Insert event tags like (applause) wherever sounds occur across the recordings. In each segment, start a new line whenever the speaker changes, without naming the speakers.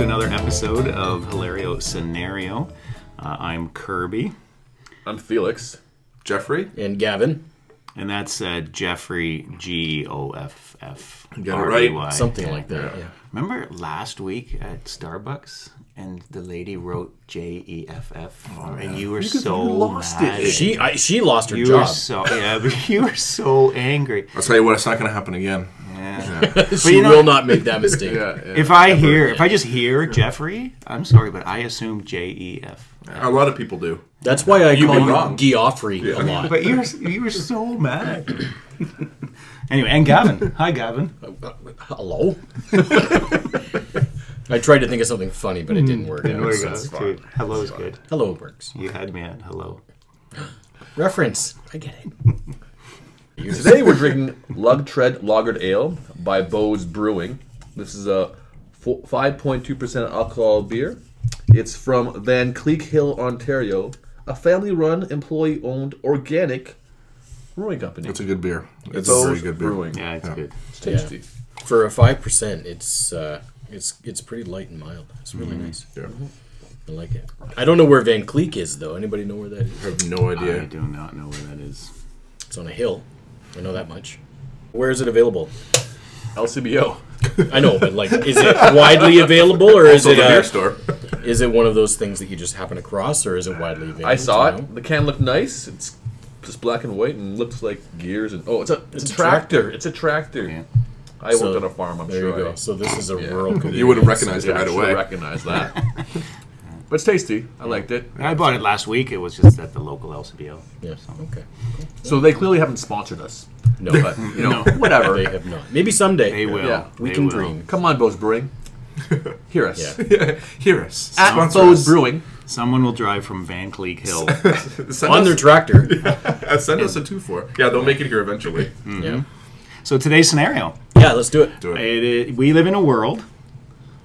episode of Hilario Scenario. Uh, I'm Kirby,
I'm Felix. Jeffrey.
And Gavin,
and that's uh, Jeffrey G O F F
Got it
R E
right.
Y.
something like that. Yeah.
Remember last week at Starbucks and the lady wrote J E F F, and you were so
lost
mad.
it.
She I, she lost her
You were
job. (laughs)
so yeah, but you were so angry.
I'll tell you what, it's not going to happen again.
(laughs) Yeah.
Yeah.
she
you know-
will not make that mistake.
If I hear, if I just hear Jeffrey, I'm sorry, but I assume J E F.
A lot of people do.
That's why I call
been
you
wrong.
Geoffrey a lot.
But you were you were so mad. anyway, and Gavin, hi Gavin.
Hello. (laughs) I tried to think of something funny, but it didn't work. out,
There we
so-
go. Dude, Hello is good.
Hello works.
You had me at hello.
Reference. I get it.
(laughs) Today we're drinking Lug Tread Lagered Ale by Bose Brewing. This is a fo- 5.2% alcohol beer. It's from Van Cleek Hill, Ontario, a family-run, employee-owned organic brewing company.
It's a good beer. It's a
Bose
very good beer.
Brewing.
Yeah, it's good.
It's tasty.
For a five percent, it's uh, it's it's pretty light and mild. It's really nice.
Yeah.
I like it. I don't know where Van Cleek is though. Anybody know where that is?
I have no
I
idea.
do not know where that is.
It's on a hill. I know that much. Where is it available?
LCBO.
I know, but like, is it widely available, or is
So
it
the
uh,
beer store.
is it one of those things that you just happen across, or is it widely available?
I saw
Do you
it. The can looked nice. It's just black and white and looks like gears and oh, it's a it's,
It's
a
a
tractor. It's a tractor.
Yeah.
I
So,
worked on a farm. I'm
There
sure
you go.
I
So this is a rural. Community.
You would have recognized
yeah,
it right
I should
away.
recognize that. (laughs) but it's tasty. I liked it.
I bought it last week. It was just at the local LCBO.
Yeah.
(laughs)
Okay.
So they clearly haven't sponsored us,
No,
but you know (laughs) whatever.
they have not. Maybe someday
They will.
Yeah,
We
They
can
will.
dream.
Come on, Bose
(laughs)
Brewing. Hear us.
Yeah.
(laughs)
Hear us.
At
Sponsor
Bose
us.
Brewing.
Someone will drive from Van Cleek (laughs) Hill.
Send,
on
us,
(laughs)
their tractor.
uh, send us a 2 for. Yeah, they'll make it here eventually.
Mm-hmm.
Yeah.
so today's scenario:
Yeah. Let's do it.
Do it.
it, i- we live in a world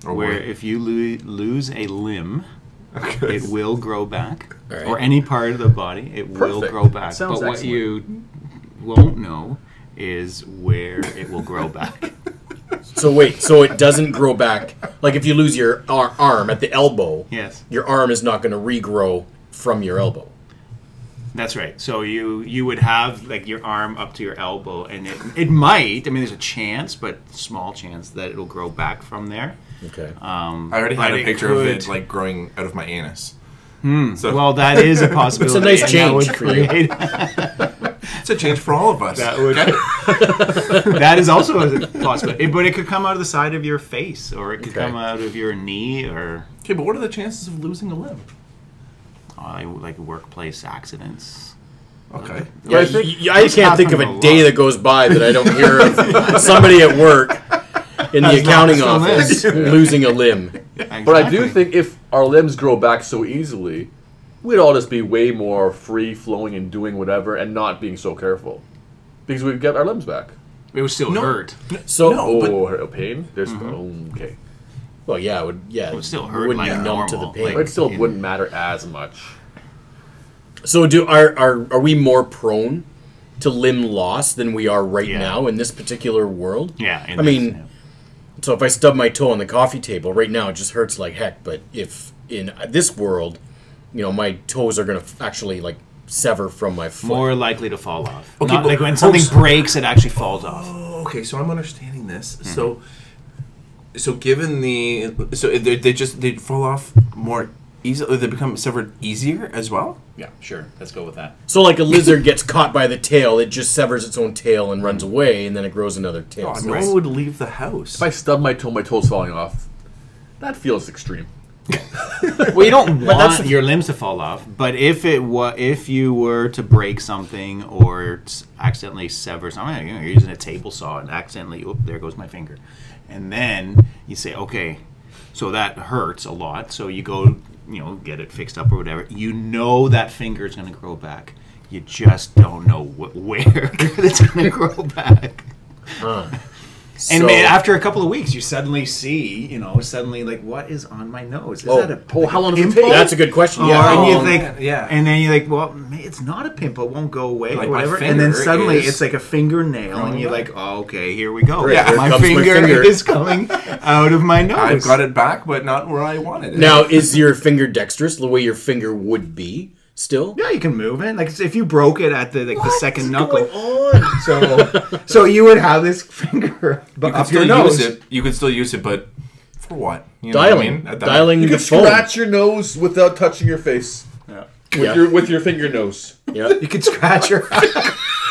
Oh,
where
boy.
if you lo- lose a limb, it will grow back,
All right.
or any part of the body, it will
Perfect.
grow back.
Sounds
but what
excellent.
you won't know is where it will grow back.
So wait. So it doesn't grow back. Like if you lose your ar- arm at the elbow,
yes,
your arm is not going to regrow from your elbow.
that's right. So you you would have like your arm up to your elbow, and it it might. I mean, there's a chance, but small chance that it'll grow back from there.
Okay.
Um,
I already had
but
a
it
picture of
could-
it like growing out of my anus. So
Well, that is a possibility.
nice
and that would
change for you.
create- (laughs)
it's a change for all of us.
That would-
Okay?
that is also a possibility. But it could come out of the side of your face, or it could
Okay.
come out of your knee, or
okay, but what are the chances of losing a limb?
uh, like workplace accidents.
Okay.
Yeah,
I
I,
think
I can't think of
happened
a
a
day
lot.
that goes by that I don't hear
(laughs)
of (laughs) somebody at work in the accounting
still
office losing a limb.
But I do think if our limbs grow back so easily, we'd all just be way more free flowing and doing whatever and not being so careful. Because we'd get our limbs back.
it would still hurt.
So,
No. but- Mm-hmm.
Oh, pain? There's okay.
well, yeah, it would yeah, it
would still hurt
wouldn't
like
numb to the
normal,
pain.
But it still
In-
wouldn't matter as much.
so, do are, are are we more prone to limb loss than we are right
Yeah.
now in this particular world?
Yeah,
I mean, So, if I stub my toe on the coffee table right now, it just hurts like heck. But if in this world, you know, my toes are going to actually like sever from my foot.
more likely to fall off.
Okay,
Not
but-
like when something
oh, so-
breaks, it actually falls off.
Oh, Okay, so I'm understanding this. So, so given the so they, they just they fall off more easily. They become severed easier as well.
Yeah, sure. Let's go with that.
So, like a lizard gets caught by the tail, it just severs its own tail and runs away, and then it grows another tail.
Oh,
So
no
it's-
one would leave the house.
If I stub my toe, my toe's falling off. That feels extreme.
Well, you don't
that's
want
the-
your limbs to fall off, but if it wa- if you were to break something or s- accidentally sever something, you know, you're using a table saw and accidentally, oop, there goes my finger, and then you say, okay, so that hurts a lot, so you go, you know, get it fixed up or whatever. You know that finger is going to grow back. You (laughs)
(laughs)
just don't know wh- where it's going to grow back. And
So-
man, after a couple of weeks, you suddenly see, you know, suddenly like, what is on my nose? Is
Oh.
that a
Oh,
like
how
a
long does it
pimple?
take?
That's a good question. Yeah. Um,
Or- Oh, and
Oh.
how
you
long-
think,
yeah.
and then you're like, well, ma- it's not a pimple; it won't go away,
Like,
or
my
whatever. And then
finger
suddenly,
is
it's like a fingernail, and you're
away.
like, oh, okay, here we go.
Great, here
my
comes my
finger,
finger.
(laughs) is coming out of my nose.
I've got it back, but not where I wanted it.
now, is your finger dexterous the way your finger would be still?
Yeah, you can move it. Like if you broke it at the like the
(laughs)
second knuckle,
on? (laughs)
so so you would have this finger (laughs)
you
but
could
up your
still
nose.
use it. You could still use it, but for what? You know what I
Dialing,
mean? At that-
dialing
You
the
can
phone.
scratch your nose without touching your face
Yeah.
with
Yeah.
your with your finger nose.
Yeah.
You could scratch
(laughs)
your (laughs)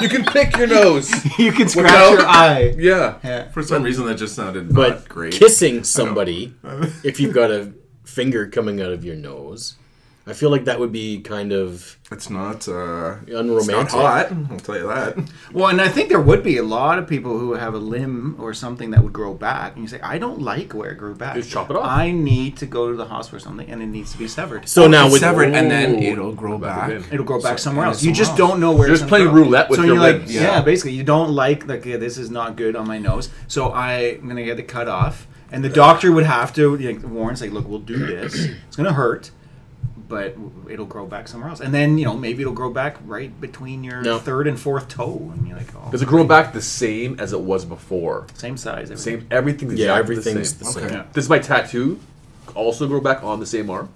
You can pick your (laughs) nose.
you could scratch
Without-
your eye.
Yeah.
Yeah.
For some reason, that just sounded
But
not great.
kissing somebody, if you've got a finger coming out of your nose, I feel like that would be kind of
It's not. Uh, it's not
unromantic.
hot. I'll tell you that.
Well, and I think there would be a lot of people who have a limb or something that would grow back, and you say, I don't like where it grew back.
Just chop it off."
I need to go to the hospital or something, and it needs to be severed.
So now
It's
with
severed, and then
Ooh.
it'll grow back.
It'll grow back somewhere
yeah,
else. You just
somewhere else.
don't know where.
You're
it's
just
gonna
playing
grow.
roulette with
so
your
you're
limbs.
Like, yeah.
Yeah.
basically, you don't like like yeah, this is not good on my nose, so I, I'm gonna get the cut off. And the doctor would have to like, warn, say, "Look, we'll do this.
(clears throat)
It's gonna hurt, but w- it'll grow back somewhere else." And then you know maybe it'll grow back right between your
No.
third and fourth toe, and you're like, "Oh,
Does it grow back the same as it was before?
same size, everything.
Same. Everything's
yeah,
exactly the
everything's
same.
the same.
Okay.
Yeah.
Does my tattoo also grow back on the same arm?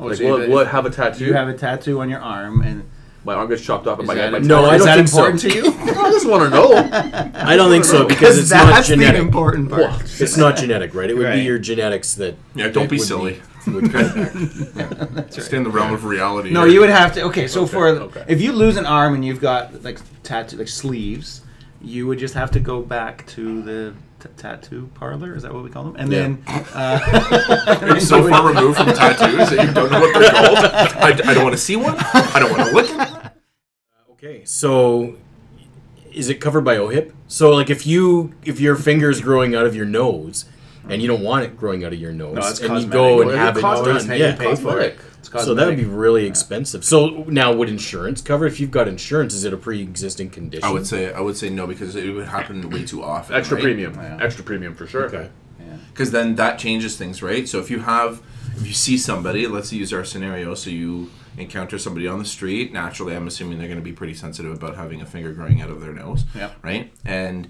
Oh,
Like,
so
will,
if-
it- will it have a
if
tattoo?
you have a tattoo on your arm, and
my arm gets chopped off and
is
my
that,
guy. my
important-
No, I
is
don't
that
think so.
important to you?
(laughs) I just want to know.
I don't think so because it's not
that's the
genetic.
important part.
Well,
It's not genetic, right? It would be
Right.
your genetics that.
Yeah, don't
that
be
would
silly.
would grow
(laughs)
back.
Stay in the realm of reality.
No,
here.
you would have to. Okay, so for
okay.
if you lose an arm and you've got like tattoo like sleeves, you would just have to go back to the t- tattoo parlor. Is that what we call them? And
Yeah.
then uh, (laughs)
You're so far removed from tattoos that you don't know what they're called. I, I don't want to see one. I don't want to look at one.
okay, so is it covered by OHIP? So like if you if your finger's growing out of your nose. And you don't want it growing out of your nose,
it's
and you
cosmetic.
go and
Well, it
have it
costs
done.
money.
yeah,
You pay for it. It's
So that would
cosmetic.
be really expensive. So now, would insurance cover if you've got insurance? Is it a pre-existing condition?
I would say I would say no because it would happen way too often.
Extra
right?
premium. Extra premium for sure.
Okay.
because then that changes things, right? So if you have, if you see somebody, let's use our scenario, so you encounter somebody on the street. Naturally, I'm assuming they're going to be pretty sensitive about having a finger growing out of their nose,
Yeah.
right? And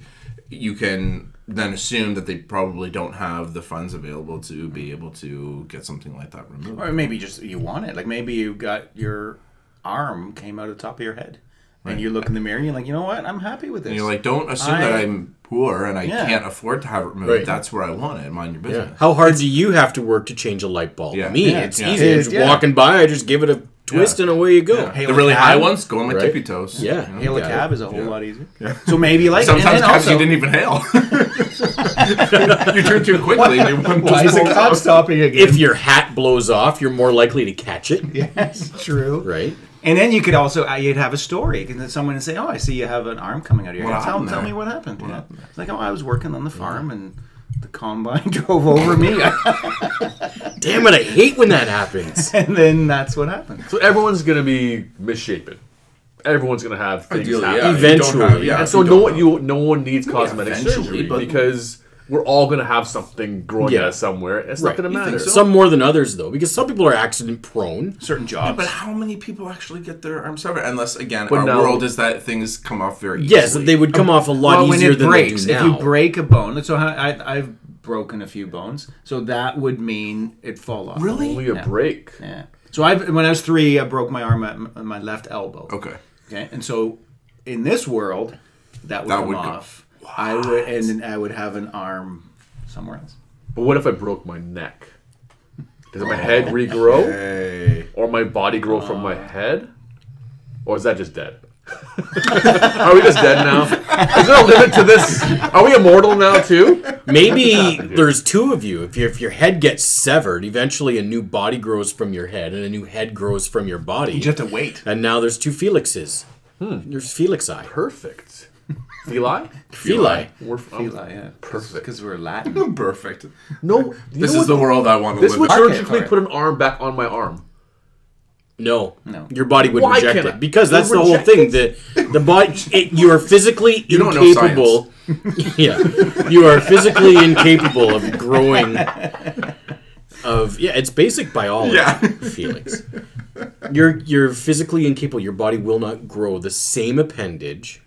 you can then assume that they probably don't have the funds available to be able to get something like that removed.
or maybe just you want it. Like maybe you got your arm came out of the top of your head, and you look in the mirror and you're like, you know what? I'm happy with this.
And you're like, don't assume that
I-
I'm poor and I
Yeah.
can't afford to have it removed.
Right.
That's where I want it. Mind your
Yeah.
business.
How hard do you have to work to change a light bulb?
Yeah.
Me,
Yeah.
it's
Yeah.
easy.
It
I'm
is,
just
yeah.
walking by, I just give it a twist and away you go.
Yeah.
Hail
the
a
really high
cab,
ones go on my
right?
tippy toes.
Yeah.
You know?
hail a
Yeah.
cab is a whole lot easier. So maybe you like it. And
Sometimes
then
cabs
also-
you didn't even hail.
(laughs)
you turn too quickly. and they went
Why is
just
the
pulled
cop
off.
stopping again?
If your hat blows off, you're more likely to catch it,
yes, true.
right?
And then you could also uh, you'd have a story, and then someone would say, "Oh, I see you have an arm coming out of your
What
head. Tell,
happened
tell
there?
me what happened." yeah. It's like, "Oh, I was working on the farm, and the combine (laughs) drove over me,
Damn it, I hate when that
(laughs)
happens.
and then that's what happened."
So everyone's gonna be misshapen. Everyone's gonna have things
Ideally,
happen.
yeah.
Eventually.
You don't have- yeah,
And
if
so
you
no
don't
one
have-
you no one needs cosmetic
eventually,
surgery
but-
because we're all gonna have something growing
Yeah.
out somewhere. It's
Right.
not gonna
You
matter.
think so?
Some more than others, though, because some people are accident prone.
Certain jobs,
But how many people actually get their arms severed? Unless again,
But
our
now-
world is that things come off very easily.
Yes, they would come off a lot
well, when
easier
it
than
breaks,
they
if
do
you
now.
break a bone, so I, I, I've broken a few bones, so that would mean it fall off.
really.
Only a break.
Yeah. So I, when I was three, I broke my arm at m- my left elbow.
Okay.
Okay, and so in this world, that would
That
come
would go-
off. I would, and then I would have an arm somewhere else.
But what if I broke my neck? Does
Oh.
my head regrow?
Hey. (laughs)
Or my body grow from
Oh.
my head? Or is that just dead? (laughs) Are we just dead now? Is there a limit to this? Are we immortal now too?
Maybe there's two of you. If, you. if your head gets severed, eventually a new body grows from your head and a new head grows from your body.
You just Hmm. have to wait.
And now there's two Felixes. There's Felix I.
Perfect. Eli?
Feli.
We're I'm-
Eli, yeah.
Perfect.
Because we're Latin.
Perfect.
No, you
This
know
is the
what?
world I want to
This
live
would
in.
Okay,
surgically
alright.
put an arm back on my arm.
No,
No.
Your body would
Why
reject
can't I-
it because that's
It
the whole
rejects
thing. The
(laughs)
the body, it, you are physically
don't know
incapable. (laughs) yeah, you are physically
(laughs)
incapable of growing. Of yeah, it's basic biology.
Yeah.
Felix, you're you're physically incapable. Your body will not grow the same appendage,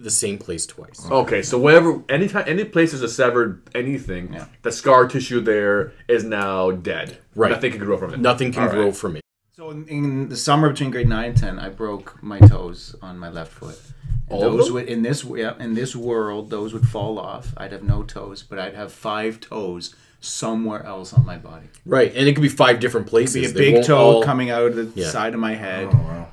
the same place twice.
Oh.
Okay, so wherever any time any place there's a severed anything,
Yeah.
the scar tissue there is now dead.
Right.
Nothing can grow from it.
Nothing can
All right.
grow from it.
So in, in the summer between grade nine and ten, I broke my toes on my left foot.
All of
those
them?
would in this yeah, in this world, those would fall off. I'd have no toes, but I'd have five toes somewhere else on my body.
Right, and it could be five different places.
Be a
They
big
won't
toe
all-
coming out of the
Yeah.
side of my head.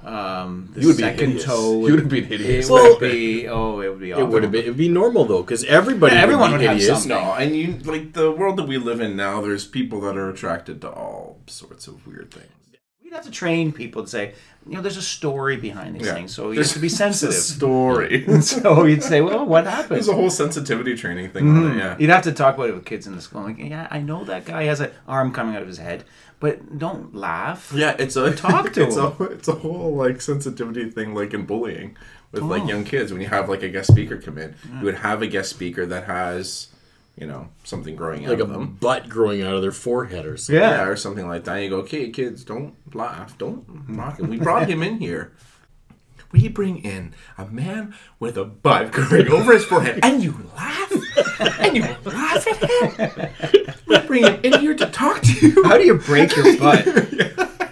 Um, the
You would be
second
hideous.
toe.
You would have been hideous.
It
Well-
would be. Oh, it would be.
It would have been. It'd be normal though, because everybody,
Yeah, everyone
be
would have
hideous.
something.
No, and you like the world that we live in now. There's people that are attracted to all sorts of weird things.
We'd have to train people to say, you know, there's a story behind these
Yeah.
things, so you
There's- (laughs)
have to be
It's a
sensitive.
story.
so you'd say, well, (laughs) what happened?
(laughs) There's a whole sensitivity training thing
Mm-hmm.
on it. Yeah.
You'd have to talk about it with kids in the school. Like, yeah, I know that guy has an arm coming out of his head, but don't laugh.
Yeah, it's a (laughs)
Talk to
it's A, it's a whole like sensitivity thing, like in bullying with
Oh.
like young kids. When you have like a guest speaker come in, you would have a guest speaker that has, you know, something growing out
like a
of
Um,
them,
butt growing out of their forehead or something.
Yeah.
yeah, or something like that. you go, okay, kids, don't laugh, don't mock him. We brought him in here. We bring in a man with a butt growing (laughs) over his forehead, and you laugh, and you laugh at him. We bring him in here to talk to you.
How do you break your butt?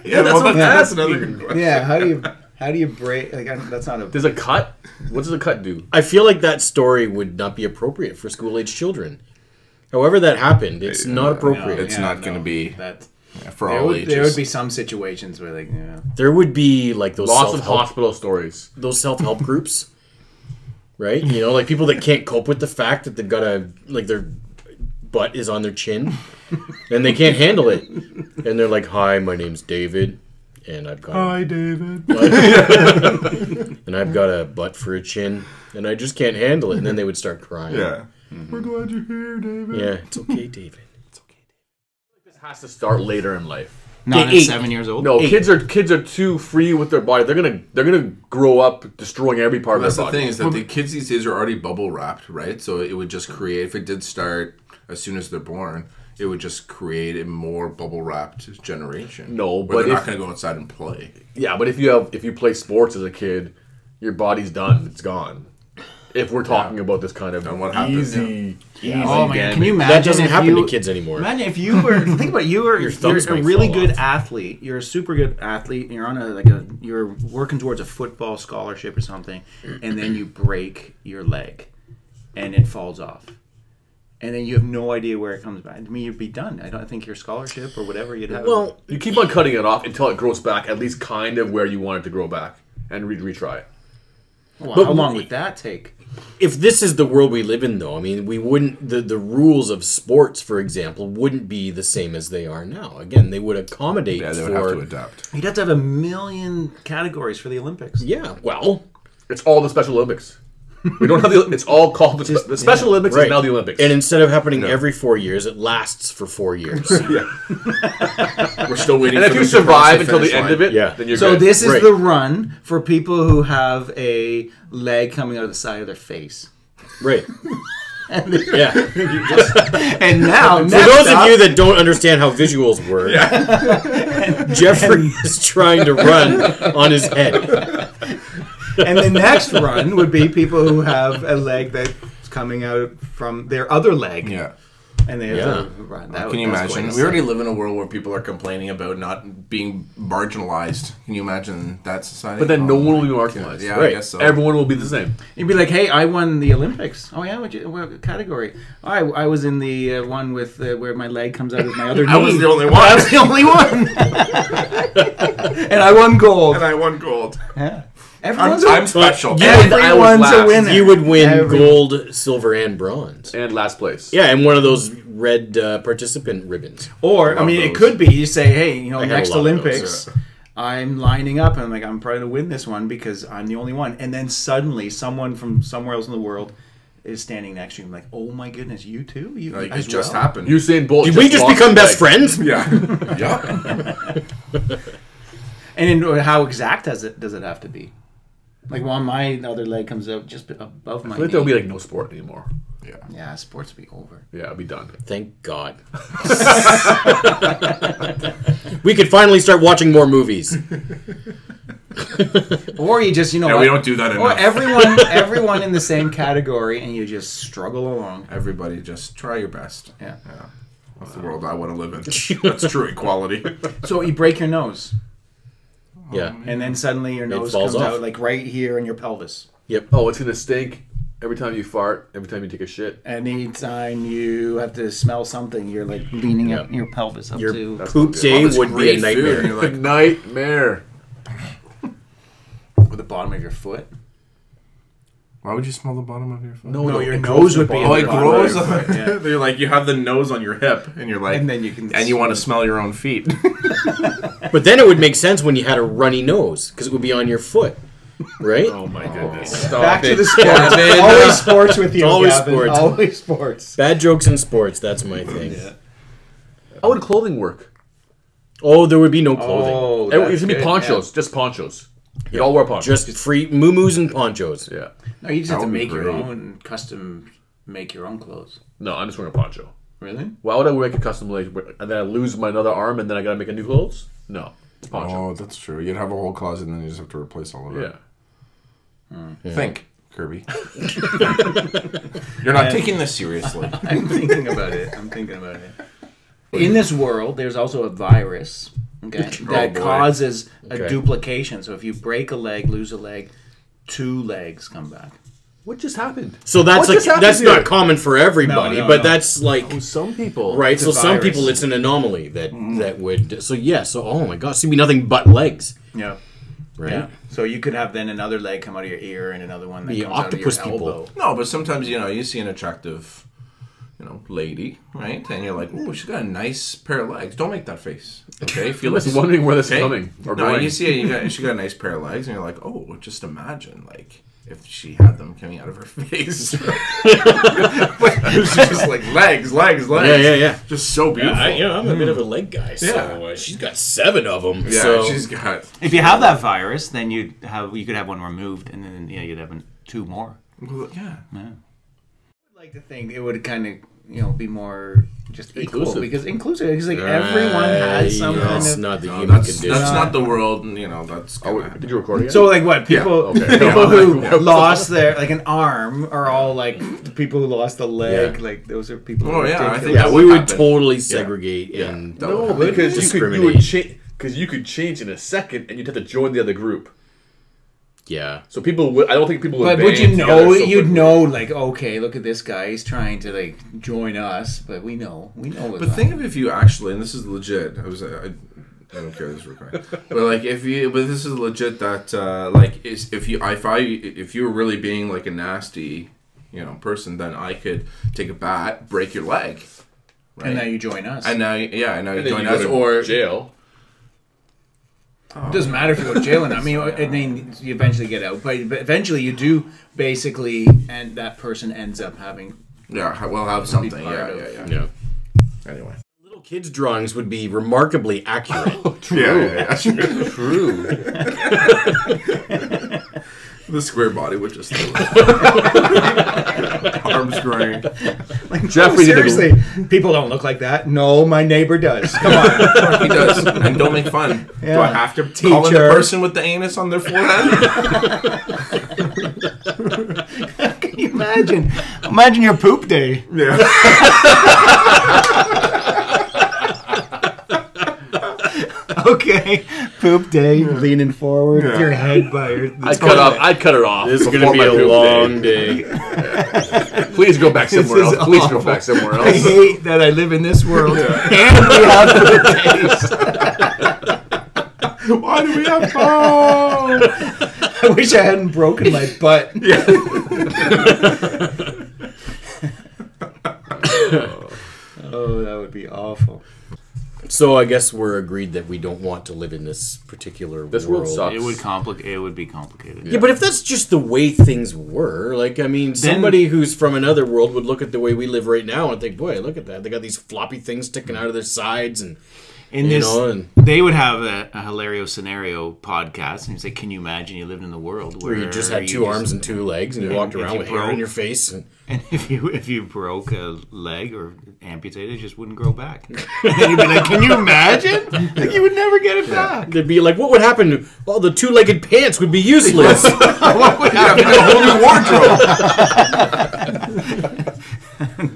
Yeah, that's,
well,
a-
that's-
that's another good question.
yeah. How do you? How do you break? Like, I, that's not a.
There's a cut. What does a cut do?
I feel like that story would not be appropriate for school age children. However, that happened, it's
uh,
not appropriate.
It's not gonna be
that.
for
There
all
would,
ages.
there would be some situations where, like, you know,
There would be like those
Lots of
self-help-
hospital stories.
those self help (laughs) groups, right? You know, like people that can't cope with the fact that they've got a like their butt is on their
(laughs)
chin, and they can't handle it, and they're like, "Hi, my name's David, and I've got a
David. (laughs)
and I've got a butt for a chin, and I just can't handle it." And then they would start crying.
yeah.
Mm-hmm. We're glad you're here, David.
yeah, it's okay, David.
This has to start later in life.
not
eight.
at seven years old.
No, kids are kids are too free with their body. They're gonna they're gonna grow up destroying every part
That's
of their
the
body.
thing is that the kids these days are already bubble wrapped, right? So it would just create if it did start as soon as they're born, it would just create a more bubble wrapped generation.
No,
where
but
they're
if-
not going to go outside and play.
Yeah, but if you have if you play sports as a kid, your body's done. It's gone. If we're talking about this kind of
And what happens,
easy, easy
Oh man, can
damage.
you imagine?
That doesn't
if
happen
you-
to kids anymore.
Imagine if you were think about it,
(laughs)
you were you're
thumbs
a
might
really
fall
good
off.
athlete. You're a super good athlete. And you're on a like a you're working towards a football scholarship or something, and then you break your leg, and it falls off, and then you have no idea where it comes back. I mean, you'd be done. I don't think your scholarship or whatever you'd have.
Well,
You keep on cutting it off until it grows back, at least kind of where you want it to grow back, and re- retry it.
Wow,
but-
how long would that take?
if this is the world we live in though i mean we wouldn't the, the rules of sports for example wouldn't be the same as they are now again they would accommodate
Yeah, they would
for
have to
(laughs)
adapt.
You'd have to have a million categories for the Olympics.
yeah well
It's all the Special Olympics. We don't have the. It's all called the, spe- the Special Olympics
right
is now the Olympics.
and instead of happening every four years it lasts for four
(laughs)
years
We're still waiting.
and
for
if you
them to cross
survive until the
finish
end
line.
of it,
Yeah.
then you're
So
good.
this is
Right.
the run for people who have a leg coming out of the side of their face.
right
(laughs)
yeah for (laughs)
And now, next
those
up-
of you that don't understand how visuals work (laughs) jeffrey is trying to run on his head
and the next run would be people who have a leg that's coming out from their other leg,
Yeah.
and they have
Yeah.
to run. That
Can
would-
you
that's
imagine?
quite
We already live in a world where people are complaining about not being marginalized. Can you imagine that society?
but then no
Oh
one will be
my
marginalized.
God. Yeah,
Right.
I guess so.
Everyone will be the same.
You'd be like, "Hey, I won the Olympics. Oh yeah, what, you, what category? Oh, I, I was in the uh, one with uh, where my leg comes out of my other knee.
(laughs) I was the only
I
one,
(laughs)
(laughs)
was the only one, (laughs) and I won gold.
and I won gold.
Yeah. Everyone's
I'm,
a-
I'm special.
you would-
I was
everyone's a
last.
winner.
you would win
Every-
gold silver and bronze
And last place.
yeah and one of those red uh, participant ribbons
Or I
Love
mean, it
those.
could be you say, "Hey, you know,
had a
next
lot of those,
Olympics, I'm lining up, and I'm like, I'm probably to win this one because I'm the only one." And then suddenly, someone from somewhere else in the world is standing next to you. I'm like, "Oh my goodness, you too? You
Like, it
as
just
well?"
happened.
Usain Bolt.
did we just
lost
(laughs)
become
his
best
leg.
friends
yeah. yeah.
And then uh, how exact does it does it have to be? Like, well, my other leg comes up just above my.
I think
knee.
there'll be like no sport anymore.
Yeah.
yeah, sports will be over.
Yeah, it'll be done.
Thank God. (laughs) we could finally start watching more movies.
Or you just, you know,
Yeah,
what?
we don't do that
Or
enough. (laughs)
everyone, everyone in the same category, and you just struggle along.
Everybody, just try your best.
Yeah.
That's the world I want to live in. That's true equality.
So you break your nose,
Yeah.
and then suddenly your nose
falls
comes
off.
out like right here in your pelvis.
Yep.
Oh, it's gonna stink every time you fart, every time you take a shit.
Anytime you have to smell something, you're like leaning up
Yeah.
your pelvis up
Your
to.
poop
good.
day
All this
would be a
great food,
nightmare.
(laughs)
and you're
Like
like,
nightmare.
Or the bottom of your foot.
why would you smell the bottom of your foot?
No, your
it
nose
grows
would be
the
in
Oh,
bottom.
it
the bottom
grows.
of your foot, yeah.
(laughs) They're like you have the nose on your hip, and you're like,
And then you can
and you want to smell your own feet.
But then it would make sense when you had a runny nose because it would be on your foot, right?
Oh my goodness. Stop
Back to
it.
the sports. (laughs)
Gavin.
always sports with you,
always
Gavin.
sports.
Always sports.
Bad jokes in sports, that's my thing.
How would clothing work?
Oh, there would be no clothing.
Oh,
It
that's
should be
good,
ponchos, just ponchos. You all wear ponchos.
Just free moo-moos and ponchos.
yeah.
yeah. No, you just have to
would be
make your
great.
own custom, make your own clothes.
No, I'm just wearing a poncho.
Really?
Why would I make a custom like and then I lose my another arm and then I gotta make a new clothes? No, it's poncho.
oh, that's true. You'd have a whole closet, and then you just have to replace all of
Yeah.
Yeah. Think, Kirby. you're not taking this seriously.
I'm thinking about it. I'm thinking about it. (laughs) In this world, there's also a virus (laughs) okay, that
boy.
causes a
Okay.
duplication. So if you break a leg, lose a leg, two legs come back.
What just happened?
So that's
What just
like
happened
that's
here?
not common for everybody,
No, no,
but
no.
that's like
Oh, some people.
right. So
a
some
virus.
people it's an anomaly that that would. So yeah. So oh my gosh, it'd be nothing but legs,
Yeah.
right?
Yeah. So you could have then another leg come out of your ear and another one that
The
comes
octopus
out of your
people.
elbow.
No, but sometimes you know you see an attractive, you know, lady, right? And you're like, "Ooh, she's got a nice pair of legs." Don't make that face, okay? If you
I'm just
listen,
wondering where this is
(laughs) okay?
coming or
no,
going.
you see, it, you got, she got a nice pair of legs, and you're like, "Oh, just imagine, like." If she had them coming out of her (laughs) face, but it's just like legs, legs, legs.
Yeah, yeah, yeah.
Just so beautiful.
I,
Yeah,
you know, I'm a bit of
Hmm.
a leg guy, so
Yeah.
uh, she's got seven of them. so
she's got.
If you have that virus, then you would have you could have one removed, and then yeah, you'd have an- two more.
well, Yeah,
I'd like to think it would kind of you know be more just equal
Inclusive.
because inclusive because like everyone has some
Uh,
kind
It's
of
not the
no,
human
that's
condition.
that's not the world. You know, that's.
Oh,
Gonna
wait,
happen.
did you record it?
So like what people (laughs)
Yeah, okay.
people who
(laughs)
Yeah.
lost their like an arm are all like the people who lost a leg
Yeah.
like those are people. who
Oh,
are
yeah, I
ridiculous.
think
yeah,
that
we
would
would
happen.
totally segregate and
That would
no,
happen.
because you could you would
Discriminate.
change because you could change in a second and you'd have to join the other group.
yeah.
So people would. I don't think people would.
But would
band
you
together
know?
so
you'd
quickly.
know, like, okay, look at this guy. He's trying to like join us, but we know, we know. what's
But think of if you actually, and this is legit. I was, I, I don't care. This is recording. but like, if you, but this is legit. That uh, like, is if you, if I, if you were really being like a nasty, you know, person, then I could take a bat, break your leg, right?
And now you join us.
and now, yeah, and now you
And then
join
you go
us,
to
or
jail.
It doesn't matter if you go to jail. or not. I mean,
(laughs)
I mean, you eventually get out, but but eventually you do basically, and that person ends up
(laughs)
having.
yeah, ha- we'll have something.
part
Yeah,
of-
yeah, yeah,
Yeah.
Anyway,
Little kids' drawings would be remarkably
(laughs) Oh,
accurate.
true. Yeah, yeah, yeah.
True.
the square body would just (laughs) arms growing.
Jeffrey did a-
Oh, seriously, people don't look like that. No, my neighbor does. Come
(laughs)
on.
He does, and don't make fun. Do I
Yeah.
have to call in the
Teacher.
person with the anus on their forehead?
Can you imagine? Imagine your poop day.
(laughs) Yeah.
(laughs) Okay, poop day. Leaning forward,
Yeah.
your head by your.
I cut off. I cut it off.
This is going
before
to be
my
a
poop
long
day.
day.
Please go back somewhere
is
else. Please go
awful.
back somewhere
I
else.
hate that I live in this world
(laughs)
and we have poop days.
(laughs) Why do we have (laughs) balls?
I wish I hadn't broken my
(laughs)
butt. (laughs) oh, that would be awful.
So I guess we're agreed that we don't want to live in this particular
This
world.
world sucks.
It would complicate. It would be complicated.
Yeah, but if that's just the way things were, like I mean, somebody who's from another world would look at the way we live right now and think, "Boy, look at that! They got these floppy things sticking out of their sides, and
in
You
this,
know, and-
they would have a, a Hilario scenario podcast, and he's like, "Can you imagine you lived in the world where,
Where you just had
you
two
just-
arms and two legs and you walked
If
around
you
with hair
broke-
on your face. And,
And if you if you broke a leg or amputated, it just wouldn't grow back.
(laughs)
and then you'd be like, "Can you imagine? Like you would never get it back."
they'd be like, what would happen? All the two legged pants would be useless.
What would happen?
a whole new wardrobe.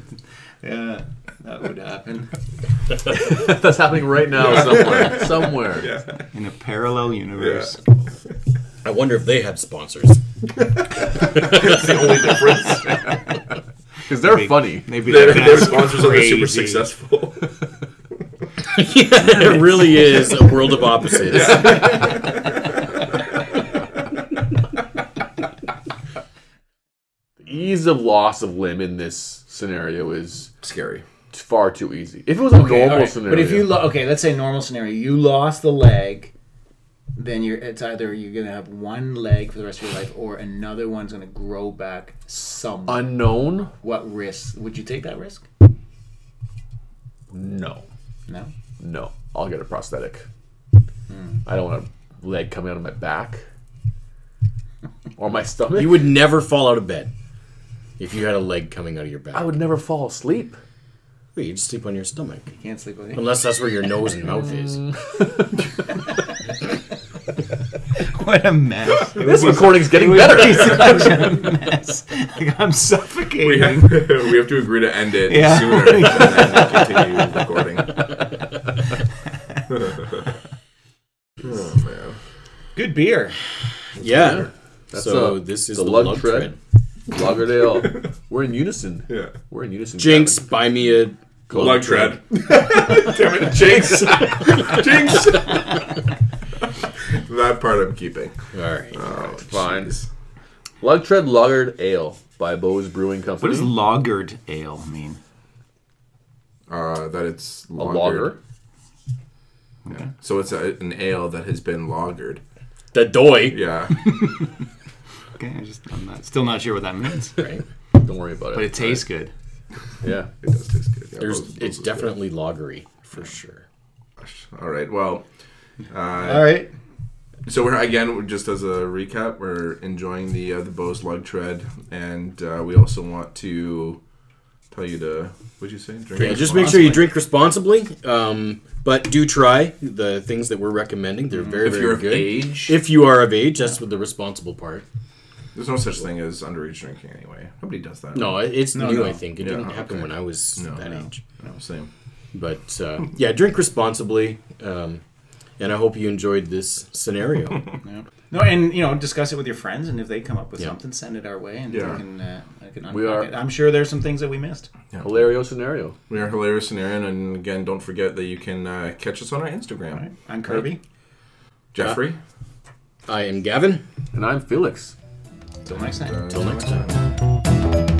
(laughs) Yeah, that would happen
That's happening right now somewhere. Somewhere.
in a parallel universe.
I wonder if they had sponsors.
That's the only difference.
Because they're funny.
Maybe
Their, their
that's
sponsors are super
crazy.
(laughs) successful.
it really is a world of opposites.
The ease of loss of limb in this scenario is
Scary.
far too easy. If it was a
Okay,
normal
all right.
scenario.
But if you lo- okay, let's say normal scenario, you lost the leg, then you're it's either you're gonna have one leg for the rest of your life, or another one's gonna grow back some.
unknown,
what risk would you take that risk?
no.
No.
No. I'll get a prosthetic. I don't want a leg coming out of my back. Or my stomach.
You would never fall out of bed if you had a leg coming out of your back.
I would never fall asleep.
Wait, you just sleep on your stomach.
You can't sleep with it.
Unless that's where your nose and
(laughs)
mouth is.
What a mess.
This recording's getting better. (laughs)
Such a mess. Like, I'm suffocating.
We have, we have to agree to end it
Yeah.
sooner and then (laughs) continue recording. oh, man.
Good beer.
Yeah.
That's
so
a-
this is
the
the,
lug
lug,
tread.
(laughs)
tread.
Lauderdale. We're in unison.
Yeah.
We're in unison.
Jinx, buy me a
Lug
Lug tread. (laughs) Damn it, Jinx.
(laughs)
Jinx. that part I'm keeping.
All right.
Oh,
Fine.
jeez.
Lug Tread Lagered Ale by Bose Brewing
What
Company.
does lagered ale mean?
Uh, that it's
a lager?
So it's a, an ale that has been lagered.
The doy.
(laughs) Yeah.
Okay, I just I'm not still not sure what that means.
Right.
Don't worry about it.
But it tastes good.
yeah.
It does taste good. Yeah,
There's,
those-
it's
those are
definitely loggery for sure.
good. All right. Well, uh,
All right.
so we're again we're- just as a recap, we're enjoying the uh, the Bose lug tread, and uh, we also want to tell you to what'd you say? Drink
Yeah, just make sure you drink responsibly. Um, but do try the things that we're recommending. They're very,
Mm. if
very
you're of
good.
age.
If you are of age, that's the responsible part.
There's no such thing as underage drinking anyway. Nobody does that.
No, it- it's new.
no.
I think it
Yeah,
didn't happen
okay.
when I was
No,
that
no.
age.
No, same.
But uh, yeah, drink responsibly. Um, and I hope you enjoyed this
(laughs)
scenario.
No, and you know, discuss it with your friends, and if they come up with
Yeah.
something, send it our way, and
Yeah.
we can. Uh, I can
We
unpack
are-
it. I'm sure there's some things that we missed.
Hilario scenario.
We are hilarious and Aaron, and again, don't forget that you can uh, catch us on our Instagram.
All right. I'm Kirby.
Jeffrey.
I am Gavin.
And I'm Felix.
Till next time.
Uh,
Till next time.
time.